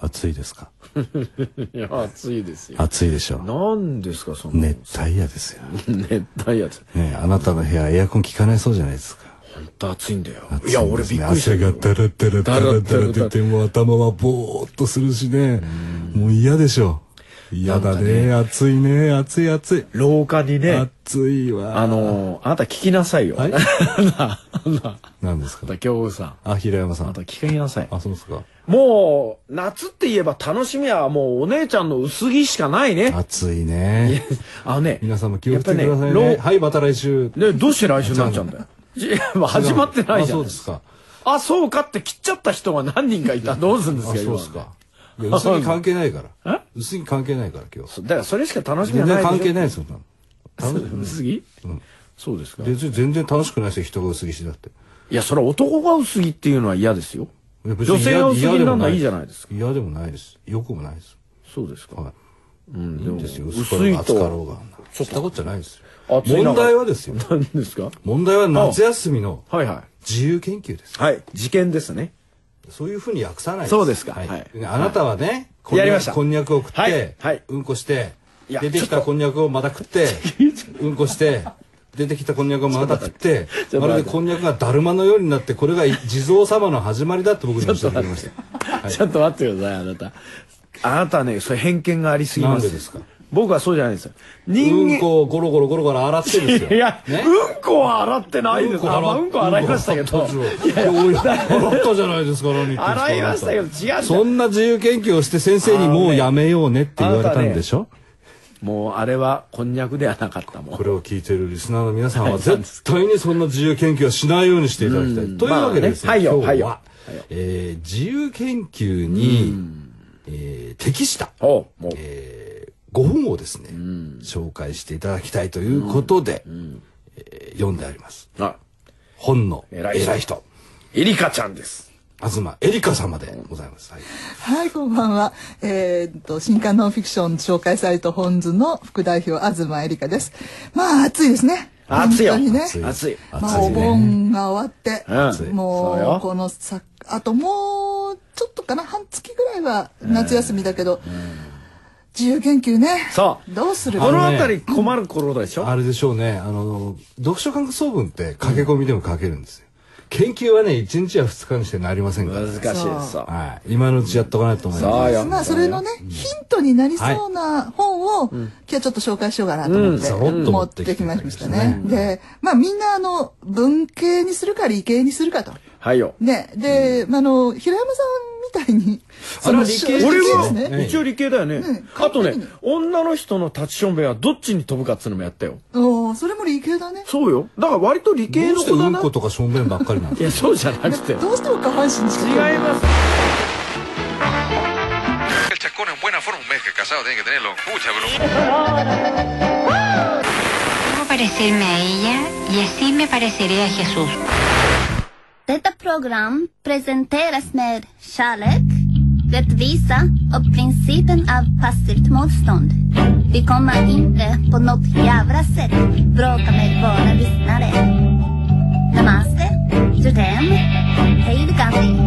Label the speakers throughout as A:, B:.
A: 暑いですか
B: いや、暑いですよ。
A: 暑いでしょう。
B: なんですか、その。
A: 熱帯夜ですよ。
B: 熱帯夜って。
A: ねえあなたの部屋エアコン効かないそうじゃないですか。
B: ほんと暑いんだよ。
A: 暑
B: いや、
A: んで
B: 俺
A: す
B: び
A: ね
B: っくりした
A: 汗
B: よ。
A: がダラダラダラダラ出て、もう頭はぼーっとするしね。もう嫌でしょう。嫌だね暑いね。暑い暑い。
B: 廊下にね、
A: 暑いわ。
B: あ、のー、あなた聞きなさいよ。
A: はい
B: あなた、あなた、
A: 何ですか
B: あなた京子さん。
A: あ、平山さ
B: あなんた。聞きなさい。
A: あ、そうですか。
B: もう、夏って言えば楽しみはもうお姉ちゃんの薄着しかないね。
A: 暑いね。
B: あのね、
A: 皆さんも気をつけてく
B: や
A: だ
B: っぱ
A: さ
B: り
A: い
B: ね
A: ね。
B: ろ
A: はい、また来週。
B: ね、どうして来週になっちゃうんだよ。いやもう始まってないじゃ
A: あそ
B: ん。
A: うですか。
B: あ、そうかって切っちゃった人が何人かいたらどうするんです
A: あ、
B: か、
A: そうですか。いや薄着関係ないから。薄着関係ないから、今日。
B: 今。だからそれしか楽しみ
A: 全
B: はな
A: 然
B: いでしょ。
A: 関係ないですよ、そんなの
B: そう薄着、そうですかい
A: 別に全然楽しくないですよ、人が薄着してだって。
B: やそれは男が薄着っていうのは嫌ですよ
A: いや別
B: 女
A: に
B: 性
A: 嫌
B: が薄着
A: 嫌で
B: な
A: も
B: ん
A: な
B: だ
A: い
B: いいじゃないですか
A: 嫌でもないです。良くもないです。
B: そうですか、
A: はい。
B: うん、で
A: いいん
B: も
A: ですよ、
B: 薄
A: ろう
B: い
A: が
B: と
A: 暑かろうが。そしたことじゃないですよ。
B: 暑い中
A: 問題はですよ。
B: 何ですか
A: 問題は夏休みの
B: はいは
A: 自由研究です。
B: いはい事件ですね
A: そういうふうに訳さない
B: そうですか
A: はい
B: はい
A: ねあなたはね、こんに
B: や
A: ゃ
B: りました
A: こんにゃくを食って、
B: はいはい
A: うんこして、
B: いや
A: 出てきたこんにゃくをまた食って、うんこして、出てきたこんにゃくをまた食って、
B: ょっと待って
A: まるでこんにゃくがだるまのようになって、これが地蔵様の始まりだって僕に教えてくれました。
B: ちょっと待ってくださいあなたあなたねそれ偏見がありすぎます
A: なんでですか
B: 僕はそうじゃないですよ人
A: うん
B: 間、
A: こをゴロゴロゴロゴロ洗ってですよ。
B: いや、
A: ね
B: うんこは洗ってないですあまあうんこ洗いましたけど、
A: いや、おい洗ったじゃないですか、何言ってんですか
B: 洗いましたけど違うんだよ
A: そんな自由研究をして先生にもうやめようねって言われたんでしょ、
B: もうあれはこんにゃくではなかったもん
A: これを聞いてるリスナーの皆さんは絶対にそんな自由研究はしないようにしていただきたい。というわけでですね、
B: まあねはいよ
A: 今
B: はい
A: 日
B: よ
A: は、えー自由研究に、えー適した、
B: おうもう
A: えーご本をですね、紹介していただきたいということで、えー読んであります。
B: あ
A: 本の
B: 偉
A: 偉
B: い
A: い
B: 人
A: 人、
B: エリカちゃんです
A: 東エリカ様でございます。はい
C: はい、こんばんは。えーっと、新刊ノンフィクション紹介サイト本図の副代表、東えりかです。まあ、暑いですね。
B: 暑いよ
C: 本当にね。
B: 暑い暑い
C: まあ、お盆が終わって、
B: 暑いそう
C: も
B: よ
C: う、このさ、あともう、ちょっとかな、半月ぐらいは夏休みだけど、自由研究ね。
B: そう
C: どうする
B: この
C: か。
B: 辺り困る頃でしょ
A: あれでしょうね。あの、読書感想文って駆け込みでも書けるんですよ。研究はね、1日や2日にしてなりませんから、
B: 難しいですそう
A: はい。今のうちやっとかないと思います。
B: そうよ
C: まあ、それのね、ヒントになりそうな本を、今日はちょっと紹介しようかなと思って、
A: うんうん
C: 持ってきましたね。で、まあ、みんな、あの、文系にするか理系にするかと。
B: はいよ
C: ね、で、まああの、平山さんみたいに、
A: あれは理
C: し
A: 系
C: 理
A: ですね
B: 俺
C: 系です
B: は
C: ね。
B: 一応理系だよね
C: ん
B: あとね
C: 完璧に
B: 女の人の立ちションベはどっちに飛ぶかっつうのもやったよ
C: おーそれも理系だ ね。
B: そうよだから割と理
A: ど
B: 系
A: う
B: の
A: して
B: 子
A: う
B: だ
A: ん
B: な
A: ことか正面ばっかりなん
B: いやそうじゃなくて違い
C: どうしても下半身しか興味ない
B: ます
D: El chacón en buena forma, un mes que casado tiene que tenerlo. Mucha broma.
E: Debo parecerme a ella y así me pareceré a Jesús.
F: Detta program presenteras med kärlek, rättvisa och principen av passivt motstånd. Vi kommer inte på något jävla sätt bråka med våra lyssnare. Namaste, Jodem, Hej Gandhi.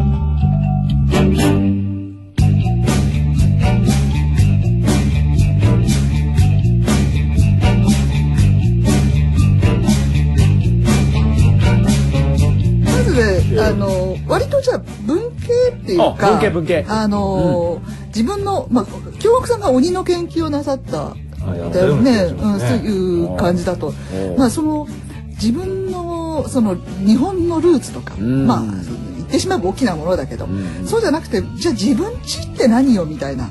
C: まず、あの、割とじゃあ文系っていう
B: あ
C: か、
B: 文系文系
C: あの、自分の、まあ、京極さんが鬼の研究をなさった
A: あやっ
C: だ
A: たよ
C: よ
A: うな気
C: ね、
A: がし
C: う
A: ま
C: ん、
A: す
C: そう
A: ね
C: いう感じだと。まあ、その、自分の、その、日本のルーツとか、まあ、その言ってしまえば大きなものだけど、そうじゃなくて、じゃあ自分ちって何よみたいな。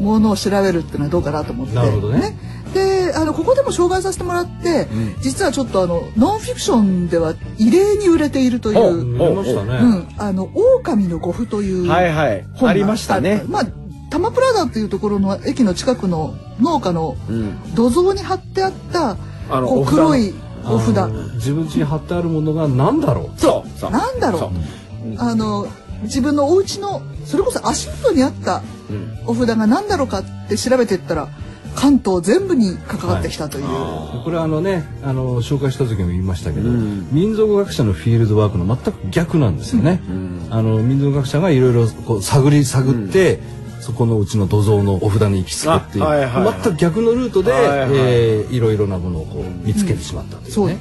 C: ものを調べるっていうのはどうかなと思って。
A: なるほどね
C: で、あの、ここでも紹介させてもらって、実はちょっとあの、ノンフィクションでは異例に売れているという、
A: 見れましたね。
C: うん、あの、狼の呉服という本があっ
B: は
C: て。
B: いはいありましたね
C: まあ、多摩プラザっていうところの駅の近くの農家の土蔵に貼ってあった、
B: あの
C: こ
B: お
C: う
B: 札の
C: 黒いお札。
A: あの自分家に貼ってあるものが何だろう
B: そうそう
C: なんだろうあの自分のお家のそれこそ足元にあったお札が何だろうかって調べてったら関東全部に関わってきたという、
A: これはあのね、あの、紹介した時も言いましたけど、民族学者のフィールドワークの全く逆なんですよね。あの、民族学者がいろいろこう探り探って、そこのうちの土蔵のお札に行き着くっていう、
B: あはいはいはい
A: 全く逆のルートで、
B: はいいはい
A: えーいろいろなものをこう見つけてしまったというね、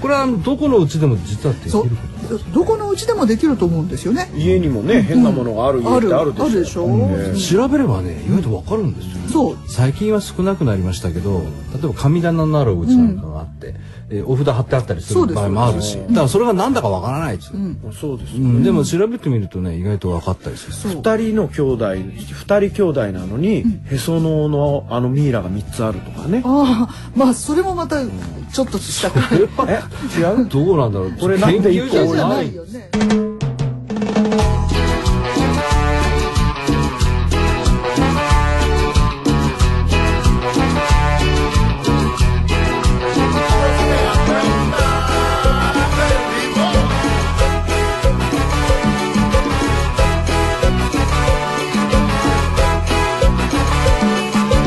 A: これはあのどこのうちでも実はできる
C: そ
A: こと
C: うどこのうちでもできると思うんですよね
B: 家にもね変なものがある家
C: あ
B: って
C: る
B: あ
C: あ
B: る
C: る
B: でしょ
C: でしょ、
A: 調べればね意外とわかるんですよ、
C: そう
A: 最近は少なくなりましたけど例えば神棚のあるお家なんかがあって、えーお札貼ってあったりす
C: そ
A: る
C: うです
A: 場合もあるしだからそれが何だかわからないっつう、うん
B: そうです
A: でも調べてみるとね意外と分かったりする
C: そう
B: 二人の兄弟二人兄弟なのに、へその緒のあのミイラが三つあるとかね
C: ああまあそれもまたちょっとしたこと
B: え違う
A: どうなんだろう
B: これなんで一個
A: 研究
B: 多
A: じゃ
C: な
A: ないい
C: よね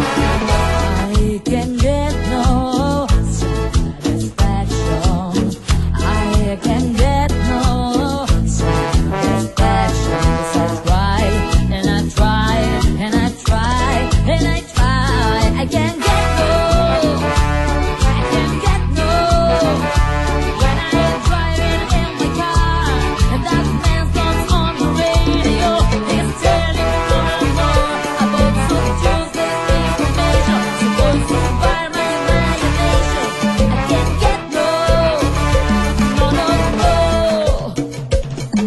G: I can get no satisfaction. I can get no satisfaction. So I try and I try and I try and I try. I can get no. I can get no. When I'm driving in my car and that man comes on the radio, he's telling more and more about some useless information supposed to fire my imagination. I can't get no, no, no, no.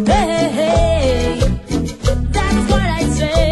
G: Hey, hey, hey, that is what I say.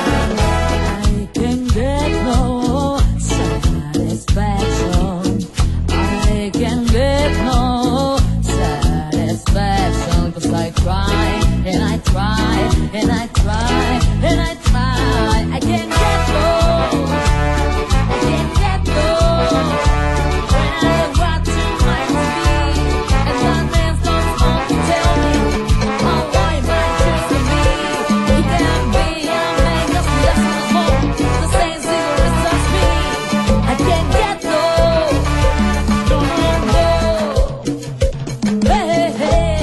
G: I can get no satisfaction. I can get no satisfaction. Cause I try and I try and I try and I try. I can get no. I can get no. When I watch my TV and that man comes on to tell me how I might choose to be. He can be a man just less than smoke the same cigarettes as me. I can get no. No, no, no. Hey, hey, hey.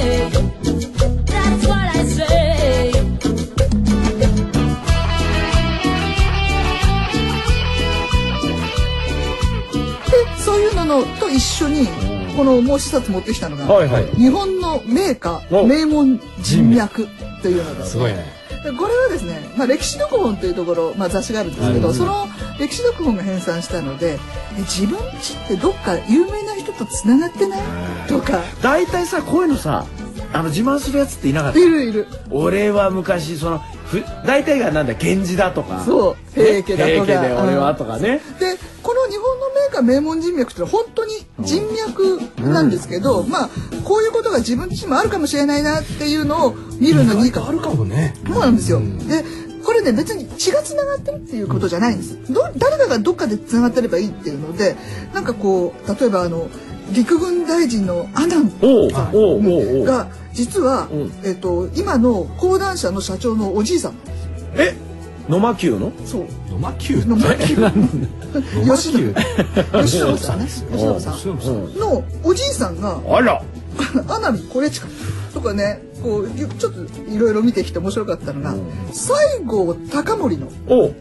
G: That's what I say.
C: でそういうののと一緒にこのもう一冊持ってきたのが、
B: はいはい
C: 日本の名家
B: お
C: 名門人脈というのが
A: すごいね
C: でこれはですね、まあ、歴史読本というところ、まあ、雑誌があるんですけど、その歴史読本が編纂したのでえ自分ちってどっか有名な人とつながってないとか
B: 大体さこういうのさあの自慢するやつっていなかっ
C: い
B: た
C: るいる
B: 俺は昔そのふ大体がなんだ源氏だとか
C: そう平家だとか
B: 平家で俺はとかね
C: でこの日本の名家名門人脈ってのは本当に人脈なんですけど、まあこういうことが自分自身もあるかもしれないなっていうのを見るのにいいか
A: あるかもね
C: そうなんですよ。で、これね、別に血が繋がってるっていうことじゃないんです。ど、誰かがどっかで繋がってればいいっていうので、なんかこう、例えばあの、陸軍大臣のアナン
B: おうおうおうおう
C: が、実は、えっと、今の講談社の社長のおじいさん。
B: え野間球の
C: そう。
A: 野間球
C: の、 吉 野
A: 野球
C: 吉野さんね。吉野さん。のおじいさんが、
B: あら
C: アナミこれ近くとかね、こう、ちょっといろいろ見てきて面白かったのが、西郷隆盛の
B: おう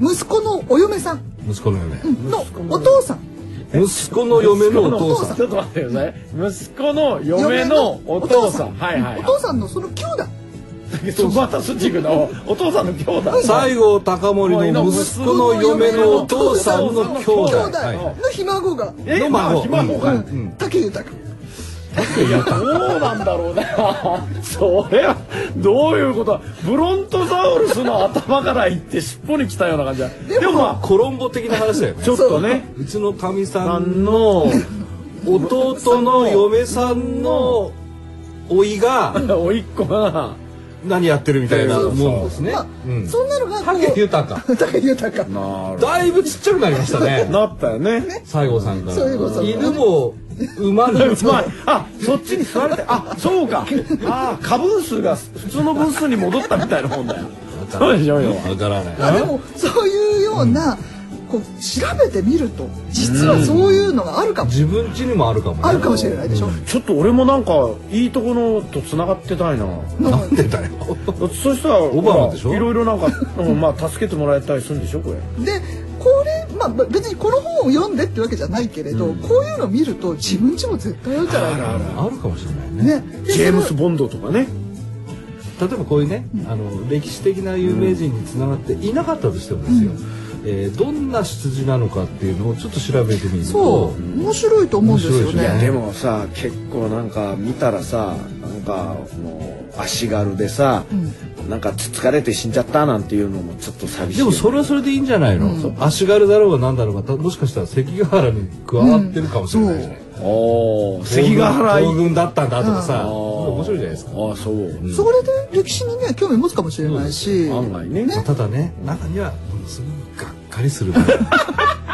C: 息子のお嫁さん。
A: 息子の嫁
C: のお父さん
A: 息子の嫁のお父さん
B: ちょっと待ってください息子の嫁のお父さんはいはい
C: お
B: は
C: 父さんのその兄弟
B: いそまたそっ ち行くのお父さんの兄弟
A: 西郷隆盛の息子の嫁のお父さんの兄弟
C: 兄弟
A: はい
C: のひ孫が
B: え
A: の
B: まあ
A: 孫
B: ひ孫が
A: うんうん
C: 武豊
B: いやどうなんだろうな それはどういうことブロントザウルスの頭からいって尻尾に来たような感じだでもま
A: コロンボ的な話だよ
B: あ
A: ね
B: ちょっとね
A: うちのかみさ
B: あ
A: ん
B: の
A: 弟の嫁さんの甥いが
B: おいっ子が
A: 何やってるみたいなもんですね
C: まあ
A: うん
C: そんなのが
A: 武
C: こう
A: 豊か
C: 武豊
A: だいぶちっちゃくなりましたね
B: なったよね
A: 西郷さんか
C: 西郷さ
A: ら
C: ん
A: 犬もうまみを
B: まあ、あそっちに座れてあそうかあ過分数が普通の分数に戻ったみたいなもんだよそうでしょよ
A: わからない
C: まあでもそういうような、こう調べてみると実はそういうのがあるかも、
A: 自分家にもあるかもね
C: あるかもしれないでしょ、
B: ちょっと俺もなんかいいとこのとつながってたいな
C: なんか
A: 出たよ
B: そしたらオ
A: バマでしょ
B: いろいろ なんか、うんまあ助けてもらえたりするんでしょこれ
C: でこれ、まあ、ま別にこの本を読んでってわけじゃないけれど、こういうのを見ると自分ちも絶対あるんじゃないか
A: あるかもしれないね
C: なねで
B: ジェーム
C: そ
B: ス・ボンドとかね
A: 例えばこういうね、あの歴史的な有名人につながっていなかったとしてもですよ、えーどんな出自なのかっていうのをちょっと調べてみる
C: れそう
A: と
C: 面白いと思うんですよ
A: 面白いです
C: ね
A: ね
B: でもさ結構なんか見たらさなんかもう足軽でさ、なんかつつかれて死んじゃったなんていうのもちょっと寂しい
A: で
B: よ
A: も
B: ね
A: それはそれでいいんじゃないの、足軽だろうが何だろうがたもしかしたら関ヶ原に加わってるかもしれないしね、
B: おお関ヶ原
A: 東軍だったんだとかさ、
B: うん
A: 面白いじゃないですか、
B: ああそう、
C: それで歴史にね興味持つかもしれないし
B: 案外ね
A: ただね中にはものすごくがっかりする お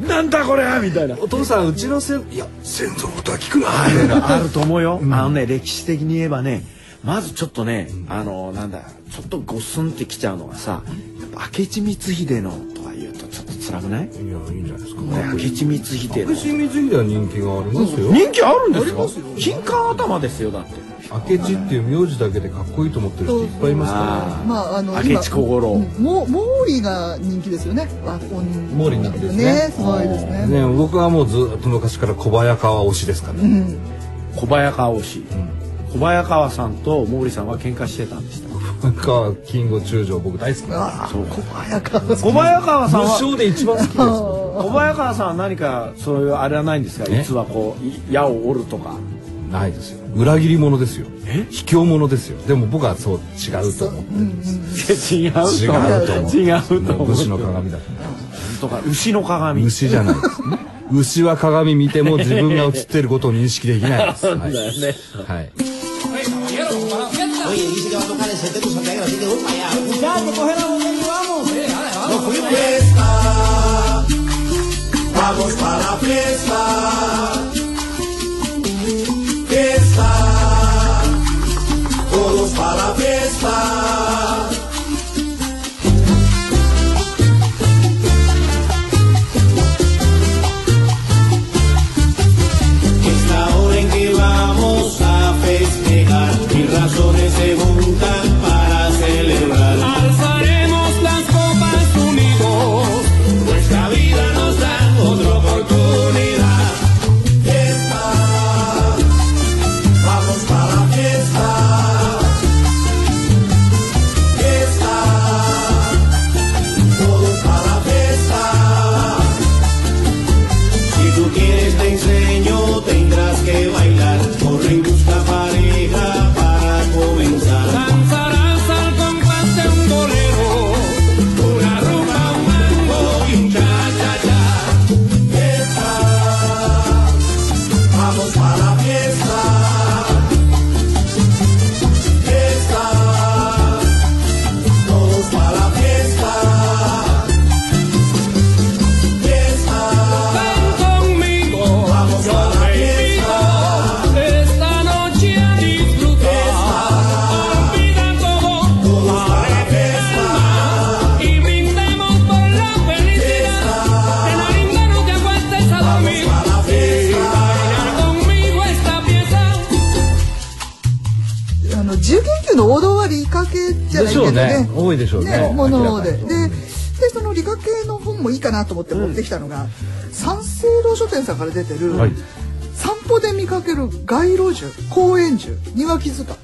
B: なんだこれみたいな
A: 父さんうちのせいや先祖のことは聞くな
B: あると思うよ、あのね歴史的に言えばねまずちょっとね、あのなんだちょっとごっすんってきちゃうのがさやっぱ明智光秀のとか言うとちょっと辛くない、ね、
A: いやいいんじゃないですか
B: 明智光秀
A: 明智
B: の
A: 光秀は人気がありますよ
B: 人気あるんですよ金冠頭ですよだって
A: 明智っていう名字だけでかっこいいと思ってる人いっぱいいますか
C: まああの
B: 明智小五郎
C: うんもう毛利が人気ですよね。和本
A: 毛利人気ですね
C: すごいです
A: ら
C: ね。
A: ね僕はもうずっと昔から小早川推しですからね
B: 小早川推し、小早川さんと毛利さんは喧嘩してたんでした
A: 小早川金吾中将僕大好きなん
C: ああ、小早川さ
B: 小早川
A: です
B: さん
A: 武
B: は
A: 将で一番好きです
B: 小早川さんは何かそういうあれはないんですか
A: え
B: 実はこう矢を折るとか
A: ないですよ裏切り者ですよ卑怯者ですよでも僕はそう違うと思ってるんです
B: 違うと
A: 違うと思ってる
B: 違うと思う
A: 武士の鏡だと
B: とか牛の鏡
A: 牛じゃないですね牛は鏡見ても自分が映ってることを認識できないです。はい。はい、
H: Es la hora en que vamos a festejar. Mil razones se juntan para celebrar. Alzaremos las copas unidos. Nuestra vida nos da otra oportunidad. Fiesta. Vamos para la fiesta. Fiesta. Todos para la fiesta. Si tú quieres te enseño, tendrás que bailar. Corre y busca pareja para comenzar. Danzarás al compás de un bolero, una rumba, un mambo y un cha-cha-cha. Fiesta, vamos para la fiesta. Fiesta, todos para la fiesta. Ven conmigo, vamos yo a esta noche a disfrutar. Olvida todo, alegría y brindemos por la felicidad. En la linda no te aguantes a dormir y bailar conmigo esta pieza.
C: んあの自由研究の王道は理科系じゃない
A: で
C: けど
A: しょう
C: ね
A: ね。多いでしょうね
C: もので
A: 明らかに
C: で。でその理科系の本もいいかなと思って持ってきたのが、三省堂書店さんから出てる、
A: はい
C: 散歩で見かける街路樹公園樹庭木塚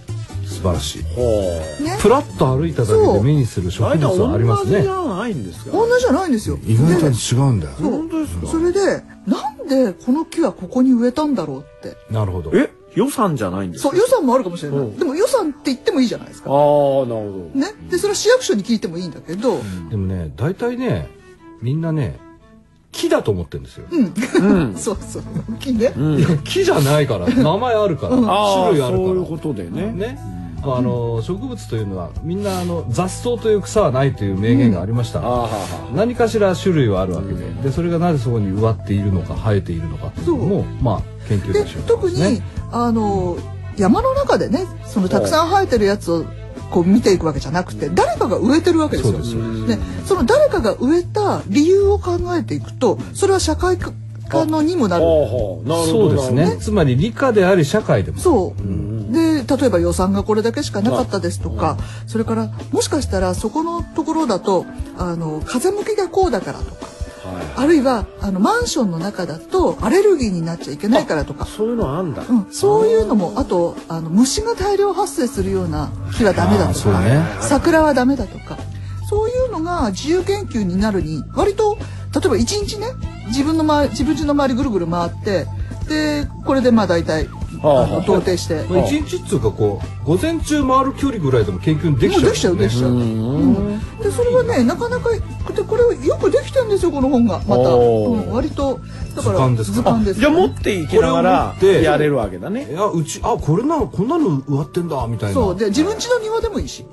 A: 素晴らしい。
C: ね
A: ふらっと歩いただけで目にする植
B: 大
A: 物
B: 体
A: はありま
B: 同
A: す
B: じ
A: ね
B: じ。ゃないんですか
C: 同じじゃないんですよ
A: 意外と
C: で
A: 違うんだよ。
C: そうそれでなんでこの木はここに植えたんだろうって
A: なるほど。
B: え予算じゃないんです
C: そ
B: か
C: う予算もあるかもしれない、でも予算って言ってもいいじゃないです
B: ああ
C: か、
B: ーなるほど
C: ね、でそれは市役所に聞いてもいいんだけど、
A: でもね、大体ね、みんなね、木だと思ってるんですよ。
C: そうそう大きいね、
A: いや木じゃないから、名前あるから、
B: ああ
A: 種類あるから。
B: そういうことでね
A: ね。あの植物というのはみんなあの雑草という草はないという名言がありました、
B: あーはーは
A: 何かしら種類はあるわけで,、でそれがなぜそこに植わっているのか生えているのかっていうのもまあ研究
C: で
A: 対象
C: 特
A: です
C: に
A: ね。
C: あの山の中でねそのたくさん生えてるやつをこう見ていくわけじゃなくて誰かが植えてるわけですよ。
A: そうです
C: ね、その誰かが植えた理由を考えていくとそれは社会科のにもな
B: あ
C: る。
B: ほうなるほ
A: そ
B: ど
A: うですね。つまり理科であり社会でも。
C: そう、で例えば予算がこれだけしかなかったですとか、それからもしかしたらそこのところだとあの風向きがこうだからとか、あるいはあのマンションの中だとアレルギーになっちゃいけないからとか。
B: そういうのあんだ、
C: うん、そういうのもあとあの虫が大量発生するような木はダメだ
A: あ
C: と
A: そう
C: か、
A: ね
C: 桜はダメだとかそういうのが自由研究になるに割と例えば一日ね自分の周り自分家の周りぐるぐる回ってでこれでまあ大体あ
B: はあ
C: の到底して。
A: まあ一日っつうかこう午前中回る距離ぐらいでも研究でき
C: もう
A: ちゃう、ね。
C: できちゃうできちゃう。うんでそれはねなかなかでこれをよくできてんですよこの本がまた、
B: おー
C: うん割とだか
A: 図
C: ら
A: 鑑ですか
C: 鑑です
B: じゃあ持っていきながら
A: これを持って
B: やれるわけだね
A: いやうちあこれなのこんなの植わってんだみたいな。
C: そうで自分家の庭でもいいし、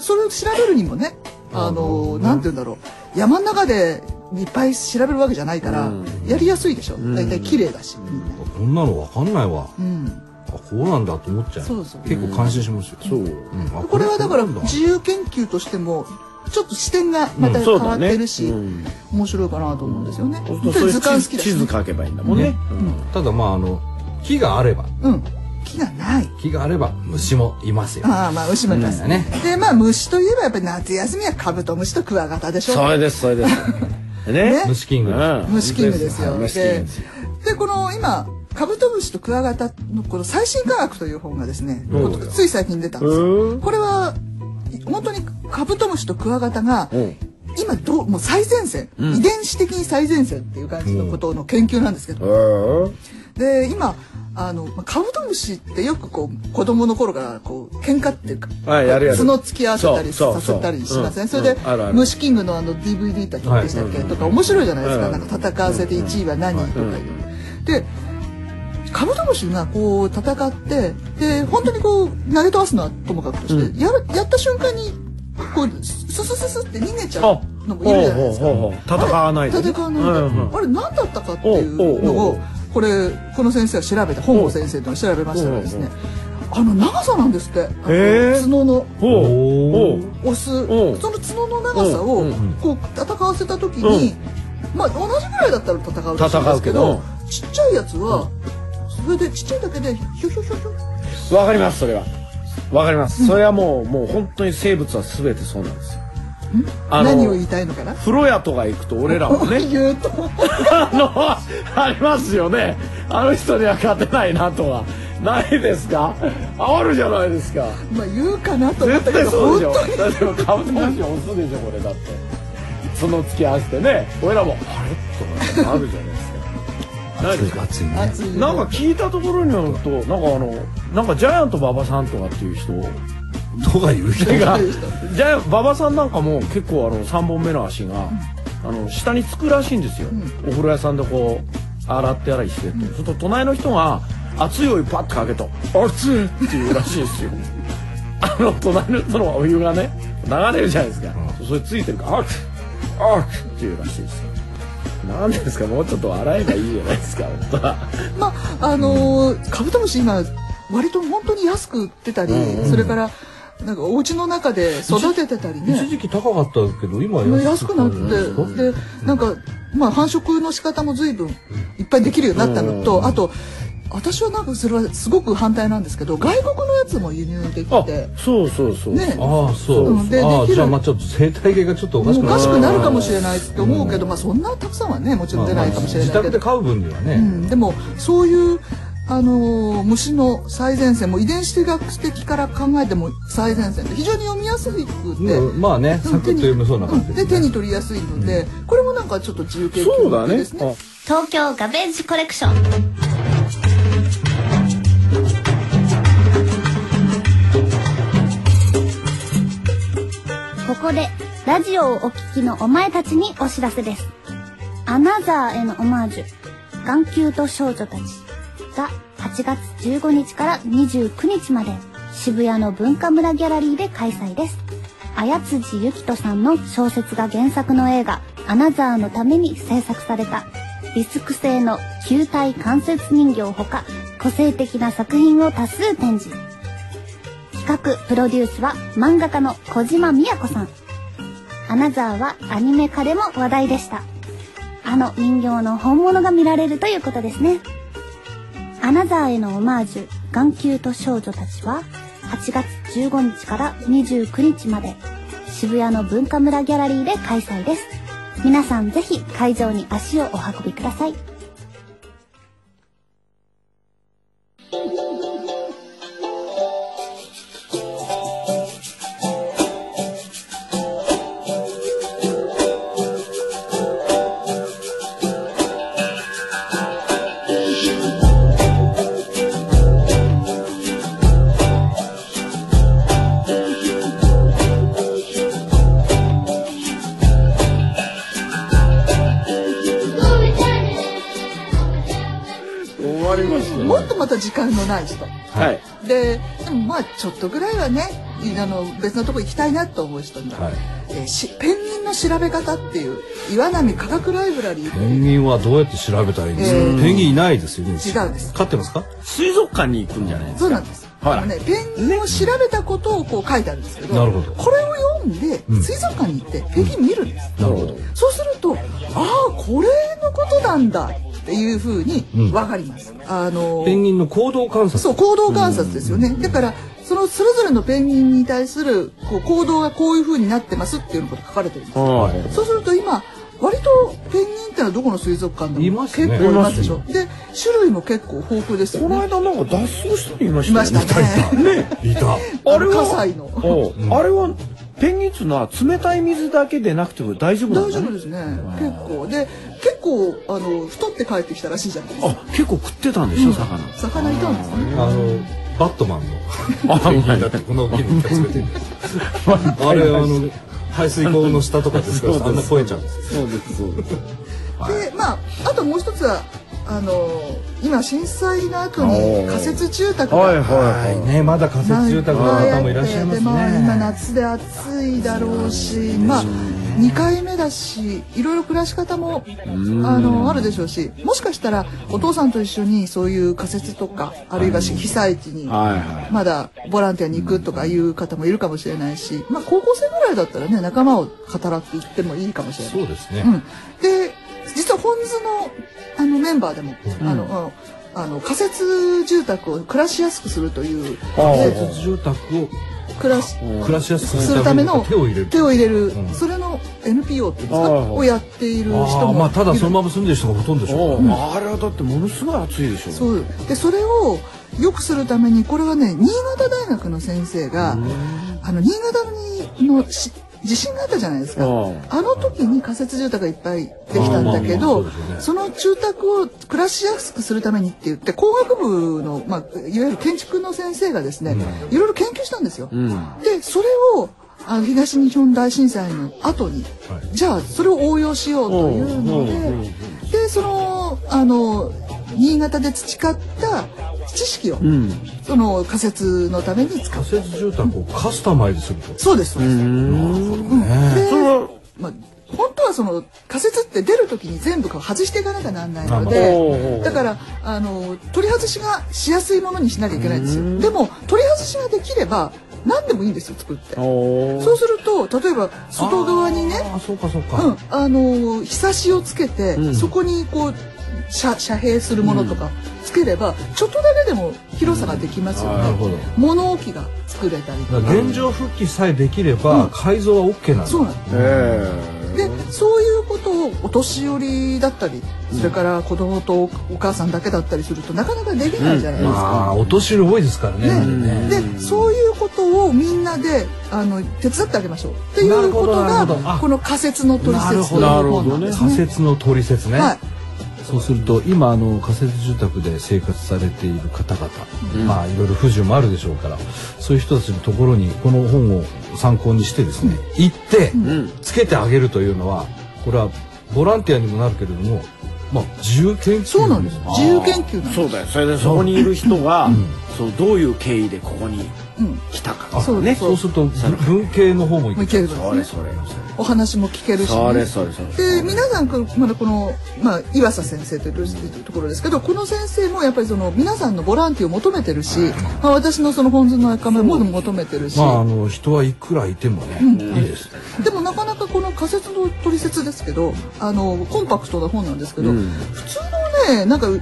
C: それを調べるにもねあのなんて言うんだろう山の中でいっぱい調べるわけじゃないから、やりやすいでしょ大体綺麗だし、みんな
A: こんなのわかんないわ。
C: うん、
A: あこうなんだと思っちゃう。
C: そうそう
A: 結構感心しますよ。そう。ん、あ
C: これはだから
A: こうなん
C: 自由研究としてもちょっと視点がまた変
B: そう
C: わ
B: だ
C: っ
B: ね
C: てるし、
B: うん
C: 面白いかなと思うんですよね。
B: そう
C: で
B: すると
C: 図
B: それ
C: 鑑好き
B: 地
C: だし、
B: 図書けばいいんだもんね
A: ただまああの木があれば
C: うん、木がない。
A: 木があれば虫もいますよ。
C: ああまあ牛もいます、
A: うんね
C: でまあ虫といえばやっぱり夏休みはカブトムシとクワガタでしょ。
B: それですそれですね
C: ね
A: 虫キングです。
B: うん
C: 虫キングですよ。
B: はい
C: で
B: 虫キングですよ
C: でこの今カブトムシとクワガタのこの最新科学という本がですね、つい最近出たんですよ。これは本当にカブトムシとクワガタが
B: うん
C: 今どうもう最前線、遺伝子的に最前線っていう感じのことの研究なんですけど、
B: うん
C: で今あのまあカブトムシってよくこう子供の頃からこう喧嘩っていうか
B: はいやるやる
C: 角突き合わせたり
B: そうそう
C: させ
B: そう
C: たりしません
B: うん
C: それで
B: うんあるあ
C: 「
B: る
C: 虫キング」のあの DVD だったでしたっけとか面白いじゃないですか
B: うん
C: なんか戦わせて1位は何とかいうでカブトムシがこう戦ってで本当にこう投げ飛ばすのはともかくとしてやるやった瞬間にこうススススって逃げちゃうのもいるじゃないですか
B: ほうほうほうほう戦わないでね
C: 戦わないで、
B: うん
C: あれ何だったかっていうの
B: おうおうお
C: を
B: う
C: これこの先生は調べて本郷先生と調べましたらですねあの長さなんですってあの
B: へー
C: 角の
B: ほうほう
C: オス
B: おう
C: その角の長さを
B: うん
C: こう戦わせた時にまあ同じぐらいだったら戦うらしいんですけどちっちゃいやつはそれでちっちゃいだけでひょひょひょひょ
B: わかりますそれはわかりますそれはもうもう本当に生物は全てそうなんですよあの
C: 何を言いたいのか な
B: 風呂屋とか行くと俺らもね
C: ぎゅーっと
B: あのありますよねあの人には勝てないなとはないですかあるじゃないですか
C: まあ言うかなと思っ
B: 絶
C: た
B: 対
C: けど
B: そう
C: 本
B: でしょ
C: 当に
B: だってカブトムシオスでしょこれだってその付き合わせてね俺らもあれとかあるじゃないですかないですか
A: 暑いね。
C: 熱いよ
B: なんか聞いたところによるとなんかあのなんかジャイアント馬場さんとかっていう人
A: とかいう人が。
B: がじゃあ馬場さんなんかも結構あの3本目の足が、あの下につくらしいんですよ、お風呂屋さんでこう洗って洗いしてって、ちょっと隣の人が熱いお湯パッとかけと「熱い!」っていうらしいですよあの隣の人のお湯がね流れるじゃないですか、それついてるから「熱い熱い!」っていうらしいですよなんでですかもうちょっと洗えばいいじゃないですか本当は
C: まああのーカブトムシ今割と本当に安く売ってたり、それからなんかお家の中で育ててたり
A: 一
C: ね
A: 時期高かったけど今
C: まあ
A: は
C: 安くなってでなんかまあ繁殖の仕方も随分いっぱいできるようになったのとあと私はなんかそれはすごく反対なんですけど外国のやつも輸入でき
B: あ
C: て
B: そうそうそう、
C: ね
A: ああそう。
C: うんで
A: ああ
C: できる
A: じゃあまあちょっと生態系がちょっとおかし
C: お
A: くな
C: か
A: る
C: しくなるかもしれないって思うけど、まあそんなたくさんはねもちろん出ないかもしれ
A: 自
C: ないけ
A: 宅で
C: ど、
A: 飼う分にはね。
C: うん、でもそういう、あのー虫の最前線も遺伝子学的から考えても最前線で非常に読みやすくて、
A: うんまあね、サクッと読めそうな感じ
C: で
A: で
C: 手
A: すね。
C: に取りやすいので、これもなんかちょっと自由研
B: そう
C: 究
B: だね
C: ですね。
F: 東京ガベージコレクションここでラジオをお聞きのお前たちにお知らせですアナザーへのオマージュ「眼球と少女たち」が8月15日から29日まで渋谷の文化村ギャラリーで開催です綾辻ゆきとさんの小説が原作の映画「アナザー」のために制作されたリスク製の球体関節人形ほか個性的な作品を多数展示企画プロデュースは漫画家の小島美也子さんアナザーはアニメ化でも話題でしたあの人形の本物が見られるということですねアナザーへのオマージュ「眼球と少女たち」は8月15日から29日まで渋谷の文化村ギャラリーで開催です皆さんぜひ会場に足をお運びください
B: 終わりました
C: もっとまた時間のない人
B: はい
C: ででもまあちょっとぐらいはねいあの別のとこ行きたいなと思う人には、
A: はい
C: えーしペンギンの調べ方っていう岩波科学ライブラリー
A: ペンギンはどうやって調べたらいいんですか、ペンギンいないですよね
C: 違うんです
A: 飼ってますか
B: 水族館に行くんじゃないです
C: そう
B: か
C: なんです
B: はい
C: あのね、ペンギンを調べたことをこう書いてあるんですけど
A: なるほど
C: これを読んで水族館に行ってペンギン見るんです、
A: なるほど
C: そうするとああこれのことなんだっていうふうに分かります、あの
A: ペンギンの行動観察
C: そう行動観察ですよね、だからそのそれぞれのペンギンに対するこう行動がこういうふうになってますっていうのが書かれてるんです、
B: はい
C: そうすると今割とペンギンってのはどこの水族館でも
A: いますね
C: 結構いますでしょで種類も結構豊富ですよ
B: この
C: ね
B: 間なんか脱走した人いま
C: い
B: した
C: ま
B: よ
C: し
B: ね
C: たね
I: いた。
B: あれは
C: 葛西の
B: おうあれはペンギンっつうのは冷たい水だけでなくても大丈夫なん
C: 大
B: だ
C: 丈夫ですね結構で結構あの太って帰ってきたらしいじゃないですか
B: あ結構食ってたんでしょ魚
C: 魚いたんですね
A: あのバットマンのペンギンだってこの大きいの2つめてるんですあれあの排水溝の下とかですからあんな超えちゃうんです
B: そうですそうです
C: でまああともう一つはあの今震災の後に仮設住宅
B: はい
C: が
B: はい
A: はいねまだ仮設住宅の方もいらっしゃいます
C: まあ、今
A: ね
C: 夏で暑いだろうし、まあ、2回目だしいろいろ暮らし方もあのあるでしょうしもしかしたらお父さんと一緒にそういう仮設とかあるいはし被災地に
B: はいはい
C: まだボランティアに行くとかいう方もいるかもしれないし、まあ、高校生ぐらいだったらね仲間を語らっていってもいいかもしれない。
A: そうですね
C: うん、で実は本図のあのメンバーでも、あのあのあの仮設住宅を暮らしやすくするという
A: 仮
C: で
A: 設住宅を
C: 暮らし
A: 暮らしやすく
C: するための
A: 手を入れる
C: 手を入れる、
A: ん
C: それの NPO っていうんです
B: あ
C: か
B: あ
C: をやっている人
A: あ
C: も
A: あまあただその
C: いる
A: まま住んでる人がほとんどでしょうか
B: おう
A: らね
B: あれはだってものすごい暑いでしょ
C: そうでそれを良くするためにこれはね新潟大学の先生があの新潟にのし地震があったじゃないですか
B: あ
C: あの時に仮設住宅がいっぱいできたんだけ
A: あーまあまあそ
C: ど、
A: うですよね
C: その住宅を暮らしやすくするためにって言って工学部の、まあ、いわゆる建築の先生がですね、いろいろ研究したんですよ。でそれをあの東日本大震災の後に、じゃあそれを応用しようというので、でそのあの新潟で培った知識を、その仮設のために使
A: 仮。
C: う
A: 設住宅をカスタマイズすると
C: そうですそうです。
B: それは
C: まあ、本当はその仮説って出る時に全部こう外していかなきゃなんないの
B: あまあおうおうお
C: で
B: う
C: だからあの取り外しがしやすいものにしなきゃいけないんですよでも取り外しができれば何でもいいんですよ作って
B: お
C: そうすると例えば外側にね
A: ああそうかそう
C: うん
A: か、
C: あのひさしをつけて、そこにこう遮遮蔽するものとかつければ、ちょっとだけでも広さができますよ
A: な
C: ね
A: るほど
C: 物置が作れたりとか
A: だから現状復帰さえできれば改造は OK なんだ
C: そうなんですでそういうことをお年寄りだったりそれから子供とお母さんだけだったりするとなかなかできないじゃないですか。
A: まあお年寄り多いですからね
C: ね、でそういうことをみんなであの手伝ってあげましょうっていうこと
A: な
C: が
A: るほどあ
C: この仮説の取
A: なる
C: 説
A: ほ
C: という
A: ど
C: 本なんです
A: 仮
C: ね。
A: 説の取説ね、
C: はい
A: そうすると今あの仮設住宅で生活されている方々、まあいろいろ不自由もあるでしょうからそういう人たちのところにこの本を参考にしてですね、行ってつけてあげるというのはこれはボランティアにもなるけれどもまあ自由研究
C: そうなんです自由研究なんです
B: そうだよそれでそこにいる人が、そうどういう経緯でここに来たか、
C: そう
B: ね
A: そうすると文系の方もい
C: も
A: く
C: ういける
B: そ
C: の
B: れ
C: ね
B: それ
C: お話も聞けるし、
B: それ
C: ね、
B: それそれ
C: で皆さんこのまだこの、まあ、岩佐先生というところですけどこの先生もやっぱりその皆さんのボランティアを求めてるし、まあ、私のその本図の仲間も求めてるし、
A: まああの人はいくらいてもね、いいですね
C: でもなかなかこの仮説の取説ですけどあのコンパクトな本なんですけど、普通のねなんかう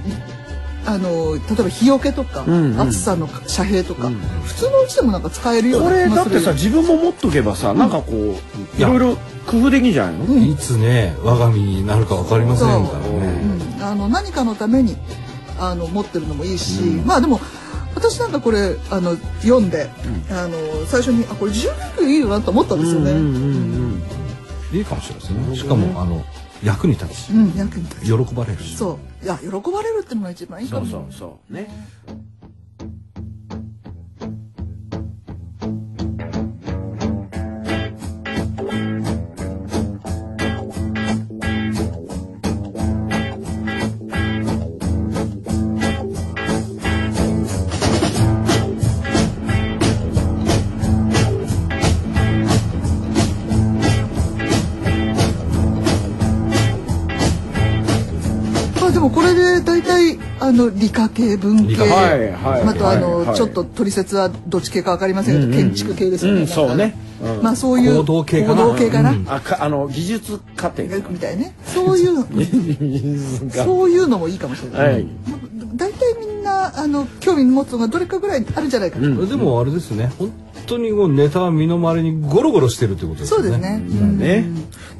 C: あの例えば日よけとか、暑さの遮蔽とか、普通のうちでもなんか使えるよう
B: こ
C: な
B: れ
C: 気
B: だ
C: が
B: っ
C: す
B: て
C: る
B: さ自分も持っとけばさなんかこういろいろ工夫できんじゃないの、
A: いつね我が身になるかわかりませんからね
C: うんあの何かのためにあの持ってるのもいいし、まあでも私なんかこれあの読んで、あの最初にあこれ自由研究いいよなと思ったんですよね。うん
A: いいかもしれませんねしかもあの役に立つし
C: うん役に立つ
A: 喜ばれるし
C: そういや喜ばれるってのが一番いいか
B: そう
C: も
B: そうそうね
C: まあでもこれで大体あの理科系文系
A: 理科系
B: はいはい
C: またあの、
B: はいはい
C: ちょっと取説はどっち系かわかりませんけど、建築系ですよね、
B: うんそうね
C: まあそういう
A: 行動系かな
C: 行動系かな
B: あかあの技術過程
C: みたいねそういうそういうのもいいかもしれな い、
B: はい
C: 大体みんなあの興味持つのがどれかぐらいあるんじゃないかな、
A: でもあれですね本当にこうネタは身の回りにゴロゴロしてるってことです
C: そ
A: よ
C: うですね、うん
B: ね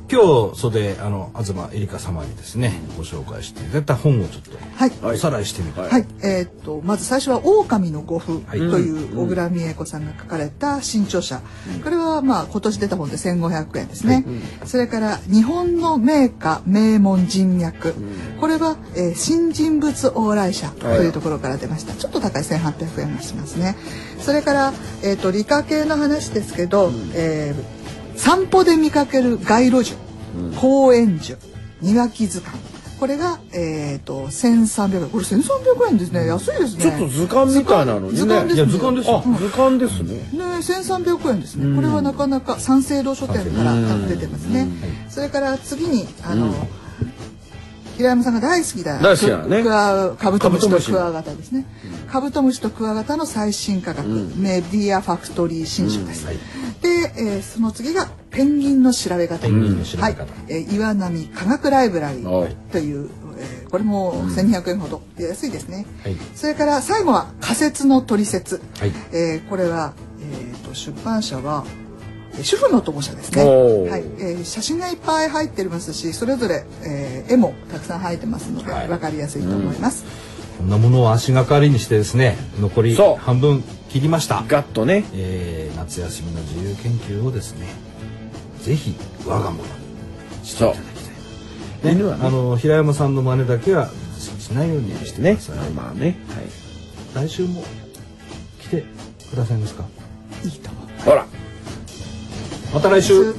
A: 今日それであの東えりか様にですねご紹介していただいた本をちょっと
C: はい、
A: おさらいしてみたい
C: はい、えーっとまず最初は「狼の護符」と
A: はい
C: いう小倉美恵子さんが書かれた新著者、これはまあ今年出た本で1,500円ですね、それから「日本の名家名門人脈」これは、えー新人物往来者」というところから出ました、ちょっと高い1,800円がしますねそれから、えーっと理科系の話ですけど、えー散歩で見かける街路樹」公園樹庭木図鑑これが、えー、と1300円これ1300円ですね安いですね
B: ちょっと図鑑みたいなのにね
C: 図鑑
B: いや
C: です
B: 図鑑ですよ
C: うん
B: あ図鑑ですね
C: ね、1300円ですね、これはなかなか三省堂書店から出てますね、それから次にあの、平山さんが大好きだ
B: 大好きだね
C: クワカブトム
B: カブト
C: シと
B: ムシ
C: クワガタですねカブトムシとクワガタの最新価格、メディアファクトリー新書です、で、えーその次がペンギンの調べ方
A: ペンギンの調べ方
C: はいえー岩波科学ライブラリ
B: は
C: ー
B: い
C: という、えーこれも1200円ほど、安いですね、
A: はい
C: それから最後は仮説の取説、
A: はい
C: えーこれは、えー、と出版社はえー主婦の友社ですね、
B: おー
C: はいえー写真がいっぱい入ってますしそれぞれ、えー絵もたくさん入ってますので、わ
A: はい
C: 分かりやすいと思います、
A: こんなものを足がかりにしてですね残り
B: そう
A: 半分切りました、
B: ガッとね
A: えー夏休みの自由研究をですねぜひ我が物にしていただきたいな、ね
B: 犬はね
A: あの平山さんの真似だけはしないようにしてく
B: ね
A: ださい、
B: まあねはい
A: 来週も来てくださいますか
C: いいと思う
B: ほら
A: また来週